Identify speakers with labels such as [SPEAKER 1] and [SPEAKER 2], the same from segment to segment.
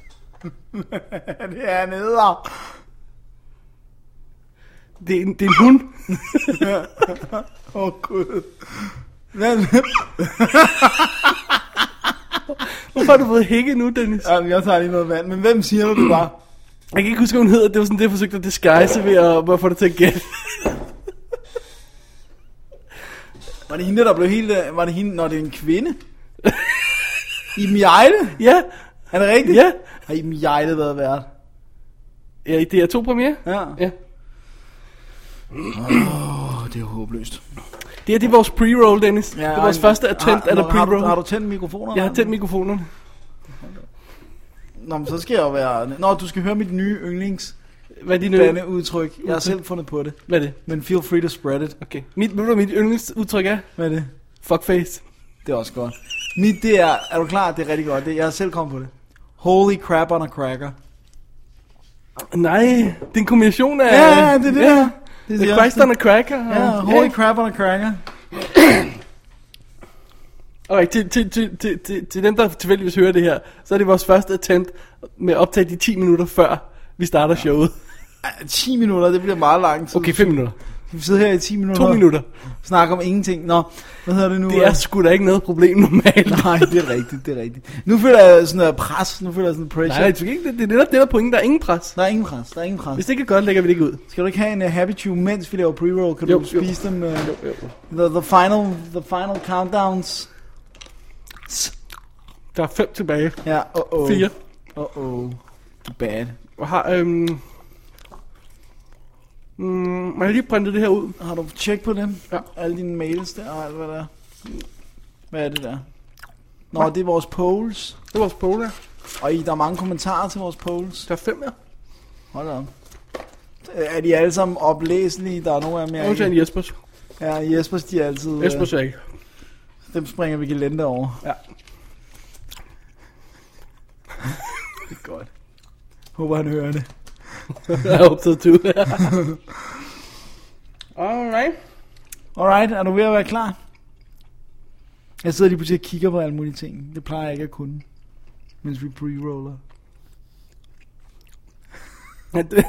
[SPEAKER 1] det er neder.
[SPEAKER 2] Det er en, det er en hund.
[SPEAKER 1] Åh, oh, Gud. Hvad-
[SPEAKER 2] Hvorfor har du fået hække nu, Dennis?
[SPEAKER 1] Jamen, jeg tager lige noget vand, men hvem siger du, du var?
[SPEAKER 2] Jeg kan ikke huske, hvad hun hedder. Det var sådan det, jeg forsøgte at disguise ved at, ved at få det til at gætte.
[SPEAKER 1] Var det hende, der blev helt... øh, Var det hende, når det er en kvinde? Iben Jejle?
[SPEAKER 2] Ja,
[SPEAKER 1] Er det rigtigt?
[SPEAKER 2] ja.
[SPEAKER 1] Har Iben Jejle været vært?
[SPEAKER 2] Ja, i DR2 premiere.
[SPEAKER 1] Ja.
[SPEAKER 2] Ja.
[SPEAKER 1] Åh, oh, det er håbløst.
[SPEAKER 2] Det her, det er vores pre-roll, Dennis. Ja, det er vores første attempt at
[SPEAKER 1] har, har, du,
[SPEAKER 2] pre-roll.
[SPEAKER 1] har du tændt mikrofonerne?
[SPEAKER 2] Jeg har tændt mikrofonerne.
[SPEAKER 1] Nå, men så skal jeg jo være... Nå, du skal høre mit nye yndlings
[SPEAKER 2] Hvad er din yndlings?
[SPEAKER 1] denne udtryk. Jeg har selv fundet på det.
[SPEAKER 2] Hvad er det?
[SPEAKER 1] Men feel free to spread it.
[SPEAKER 2] Okay. Mit, ved du, hvad mit yndlingsudtryk er?
[SPEAKER 1] Hvad er det?
[SPEAKER 2] Fuckface.
[SPEAKER 1] Det er også godt. Mit det er... Er du klar? Det er rigtig godt. Det, jeg har selv kommet på det. Holy crap on a cracker.
[SPEAKER 2] Nej, det er en kombination af...
[SPEAKER 1] Ja, det er det der. Det
[SPEAKER 2] The
[SPEAKER 1] siger
[SPEAKER 2] Christ
[SPEAKER 1] jeg.
[SPEAKER 2] on a Cracker. og-
[SPEAKER 1] Ja, holy crap on a cracker.
[SPEAKER 2] Okay, til, til, til, til, til, til dem, der tilfældigvis hører det her, så er det vores første attempt med at optage de 10 minutter før vi starter showet.
[SPEAKER 1] Ej, 10 minutter, det bliver meget lang tid.
[SPEAKER 2] Okay, 5 minutter.
[SPEAKER 1] Vi sidder her i 10 minutter.
[SPEAKER 2] 2 minutter.
[SPEAKER 1] Snakke om ingenting. Nå, hvad hedder det nu?
[SPEAKER 2] Det er sgu da ikke noget problem normalt.
[SPEAKER 1] Nej, det er rigtigt, det er rigtigt. Nu føler jeg sådan noget pres, nu føler jeg sådan pressure.
[SPEAKER 2] Nej, det er ikke- det, det er netop det, der er pointen. Der er ingen pres.
[SPEAKER 1] Der er ingen pres, der er ingen pres.
[SPEAKER 2] Hvis det ikke er godt, lægger vi det ikke ud.
[SPEAKER 1] Skal du ikke have en uh, Happy Chew, mens vi laver pre-roll? Kan
[SPEAKER 2] Jo,
[SPEAKER 1] du
[SPEAKER 2] jo.
[SPEAKER 1] spise dem? Uh, the, the, final, the final countdowns.
[SPEAKER 2] Der er 5 tilbage.
[SPEAKER 1] Ja, oh oh.
[SPEAKER 2] 4.
[SPEAKER 1] Oh oh. Bad.
[SPEAKER 2] Og har, øhm... Mm, må jeg lige printe det her ud?
[SPEAKER 1] Har du tjek på dem?
[SPEAKER 2] Ja.
[SPEAKER 1] Alle dine mails der og alt hvad der er. Hvad er det der? Nå, det er vores polls.
[SPEAKER 2] Det er vores polar.
[SPEAKER 1] Og I, der er mange kommentarer til vores polls.
[SPEAKER 2] Der er 5 her.
[SPEAKER 1] Hold da op. Øh, Er de alle sammen oplæselige? Der er nogle af dem, jeg
[SPEAKER 2] Undtagen
[SPEAKER 1] ikke...
[SPEAKER 2] Jespers.
[SPEAKER 1] Ja, Jespers, de er altid... øh,
[SPEAKER 2] Jespers er ikke.
[SPEAKER 1] Dem springer vi gelente over.
[SPEAKER 2] Ja.
[SPEAKER 1] Det er godt. Håber han hører det.
[SPEAKER 2] Jeg er optaget til ud. Alright.
[SPEAKER 1] Alright, er du ved at være klar? Jeg sidder lige pludselig og kigger på alle mulige ting. Det plejer jeg ikke at kunne. Mens vi pre-roller.
[SPEAKER 2] Ja, det-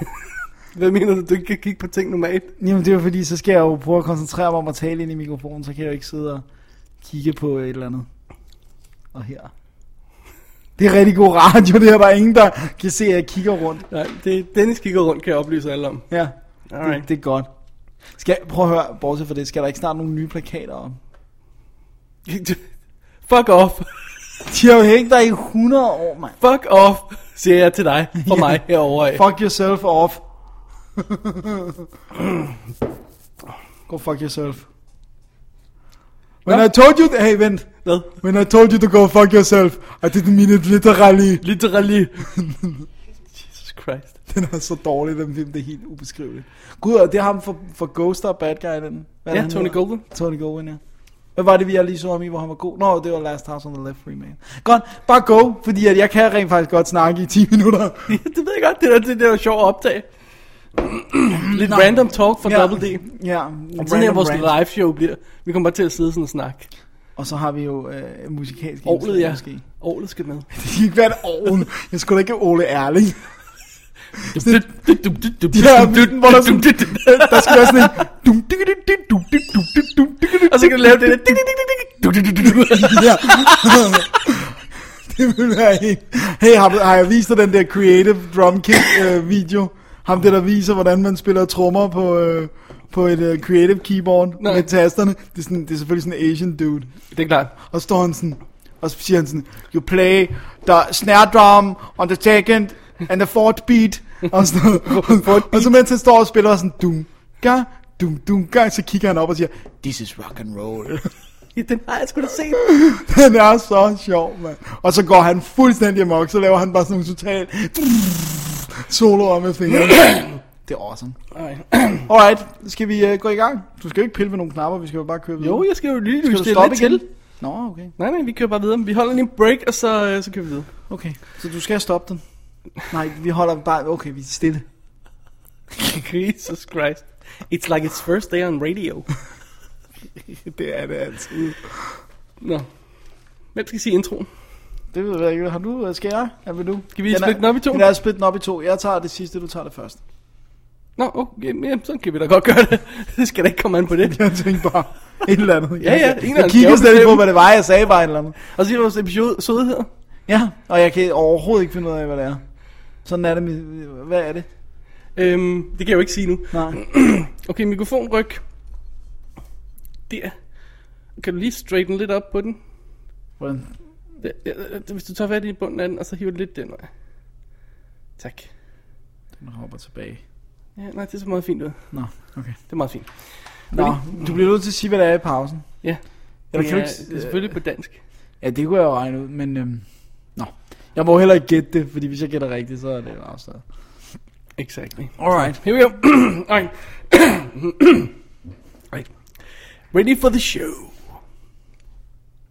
[SPEAKER 2] Hvad mener du, du ikke kan kigge på ting normalt?
[SPEAKER 1] Jamen det er jo fordi, så skal jeg jo prøve at koncentrere mig om at tale ind i mikrofonen, så kan jeg jo ikke sidde og kigge på et eller andet. Og her. Det er rigtig god radio, det her. Der er ingen, der kan se, at jeg kigger rundt.
[SPEAKER 2] Nej, det er Dennis kigger rundt, kan jeg oplyse alle om.
[SPEAKER 1] Ja,
[SPEAKER 2] Alright.
[SPEAKER 1] det, det er godt. Skal, prøv at høre, bortset fra det, skal der ikke snart nogle nye plakater op?
[SPEAKER 2] Fuck off.
[SPEAKER 1] De har jo hængt dig i 100 år, mand.
[SPEAKER 2] Fuck off, siger jeg til dig. For mig herovre. af.
[SPEAKER 1] Fuck yourself off. go fuck yourself. When
[SPEAKER 2] Nå.
[SPEAKER 1] I told you... Hey, vent.
[SPEAKER 2] Hvad?
[SPEAKER 1] When I told you to go fuck yourself, I didn't mean it literally.
[SPEAKER 2] Literally. Jesus Christ.
[SPEAKER 1] Den er så dårlig, den film. Det er helt ubeskriveligt. Gud, og det er ham for, for Ghost og Bad Guy, den. Hvad er
[SPEAKER 2] Ja,
[SPEAKER 1] han
[SPEAKER 2] Tony
[SPEAKER 1] hedder?
[SPEAKER 2] Golden.
[SPEAKER 1] Tony Goldwyn, ja. Hvad var det, vi jeg lige så ham i, hvor han var god? Nå, det var Last House on the Left Free Man. Godt, bare go, fordi at jeg kan rent faktisk godt snakke i 10 minutter.
[SPEAKER 2] det ved jeg godt, det er det, der er sjovt at optage. Lidt random talk fra Double D.
[SPEAKER 1] Ja,
[SPEAKER 2] Og sådan her
[SPEAKER 1] random
[SPEAKER 2] vores
[SPEAKER 1] rant.
[SPEAKER 2] live show bliver. Vi kommer bare til at sidde sådan og snakke.
[SPEAKER 1] Og så har vi jo øh, musikalsk
[SPEAKER 2] Orlet, ja.
[SPEAKER 1] måske.
[SPEAKER 2] Orlet skal med.
[SPEAKER 1] Det kan ikke være et ovn. Jeg skulle da ikke Ole Erling. hvor der Der skal være sådan en... Dum, dik, dik, dik, dum, dik, dum, dik, dum, dik, dik,
[SPEAKER 2] Og så kan du lave det der.
[SPEAKER 1] dum. Ja. Det ville være helt... Hey, har, du, har jeg vist dig den der Creative Drum Kit øh, video? Ham der, der viser, hvordan man spiller trommer på, øh, på et øh, Creative Keyboard
[SPEAKER 2] Nej.
[SPEAKER 1] med tasterne. Det er, sådan, det er selvfølgelig sådan en Asian dude.
[SPEAKER 2] Det er klart.
[SPEAKER 1] Og så står han sådan, og så siger han sådan, you play the snare drum on the second and the fourth beat. Og, så, og så mens han står og spiller sådan, dum, ga, dum, dum, ga, så kigger han op og siger, this is rock and roll.
[SPEAKER 2] Ja, den har jeg sgu da set.
[SPEAKER 1] Den er så sjov, mand. Og så går han fuldstændig amok, så laver han bare sådan nogle totalt soloer med fingrene. Det er awesome. Alright, skal vi uh, gå i gang? Du skal jo ikke pille ved nogle knapper, vi skal jo bare køre videre.
[SPEAKER 2] Jo, jeg skal jo lige
[SPEAKER 1] skal du
[SPEAKER 2] justere
[SPEAKER 1] stoppe
[SPEAKER 2] lidt
[SPEAKER 1] igen?
[SPEAKER 2] til.
[SPEAKER 1] Nå, okay.
[SPEAKER 2] Nej, nej, vi kører bare videre. Vi holder lige en break, og så, øh, så kører vi videre.
[SPEAKER 1] Okay, så du skal stoppe den. Nej, vi holder bare... Okay, vi er stille.
[SPEAKER 2] Jesus Christ. It's like its first day on radio.
[SPEAKER 1] Det er det altid.
[SPEAKER 2] Nå. Hvem skal sige introen?
[SPEAKER 1] Det Det ved jeg ikke. Har du øh, skal jeg? Er vi nu?
[SPEAKER 2] Skal vi splitte den op i to?
[SPEAKER 1] Den er splittet op i to. Jeg tager det sidste, du tager det første.
[SPEAKER 2] Nå, okay, jamen, så kan vi da godt gøre det. det skal da ikke komme an på det.
[SPEAKER 1] Jeg tænkte bare et eller andet.
[SPEAKER 2] Ja, ja, en eller anden
[SPEAKER 1] Jeg kiggede
[SPEAKER 2] skal
[SPEAKER 1] slet ikke på,
[SPEAKER 2] bestemme.
[SPEAKER 1] hvad det var, jeg sagde bare et eller andet.
[SPEAKER 2] Og så siger vores episode søde hedder.
[SPEAKER 1] Ja, og jeg kan overhovedet ikke finde ud af, hvad det er. Sådan er det. med- Hvad er det?
[SPEAKER 2] Øhm, det kan jeg jo ikke sige nu.
[SPEAKER 1] Nej.
[SPEAKER 2] Okay, mikrofonryg. Der. Kan du lige straighten lidt op på den?
[SPEAKER 1] Hvordan?
[SPEAKER 2] Der, der, der, der, hvis du tager fat i bunden af den, og så hiver du lidt den vej. Tak.
[SPEAKER 1] Den hopper tilbage.
[SPEAKER 2] Ja, nej, det ser meget fint ud.
[SPEAKER 1] Nå, okay.
[SPEAKER 2] Det er meget fint.
[SPEAKER 1] Nå, du bliver nødt til at sige, hvad det er i pausen.
[SPEAKER 2] Ja.
[SPEAKER 1] Eller
[SPEAKER 2] det,
[SPEAKER 1] kan du
[SPEAKER 2] er,
[SPEAKER 1] ikke s-
[SPEAKER 2] det er selvfølgelig på dansk.
[SPEAKER 1] Ja, det kunne jeg jo regne ud, men... Øhm, nå. Jeg må heller ikke gætte det, fordi hvis jeg gætter rigtigt, så er det jo afslaget.
[SPEAKER 2] Exactly.
[SPEAKER 1] Alright.
[SPEAKER 2] Here we go. Alright. right. Ready for the show.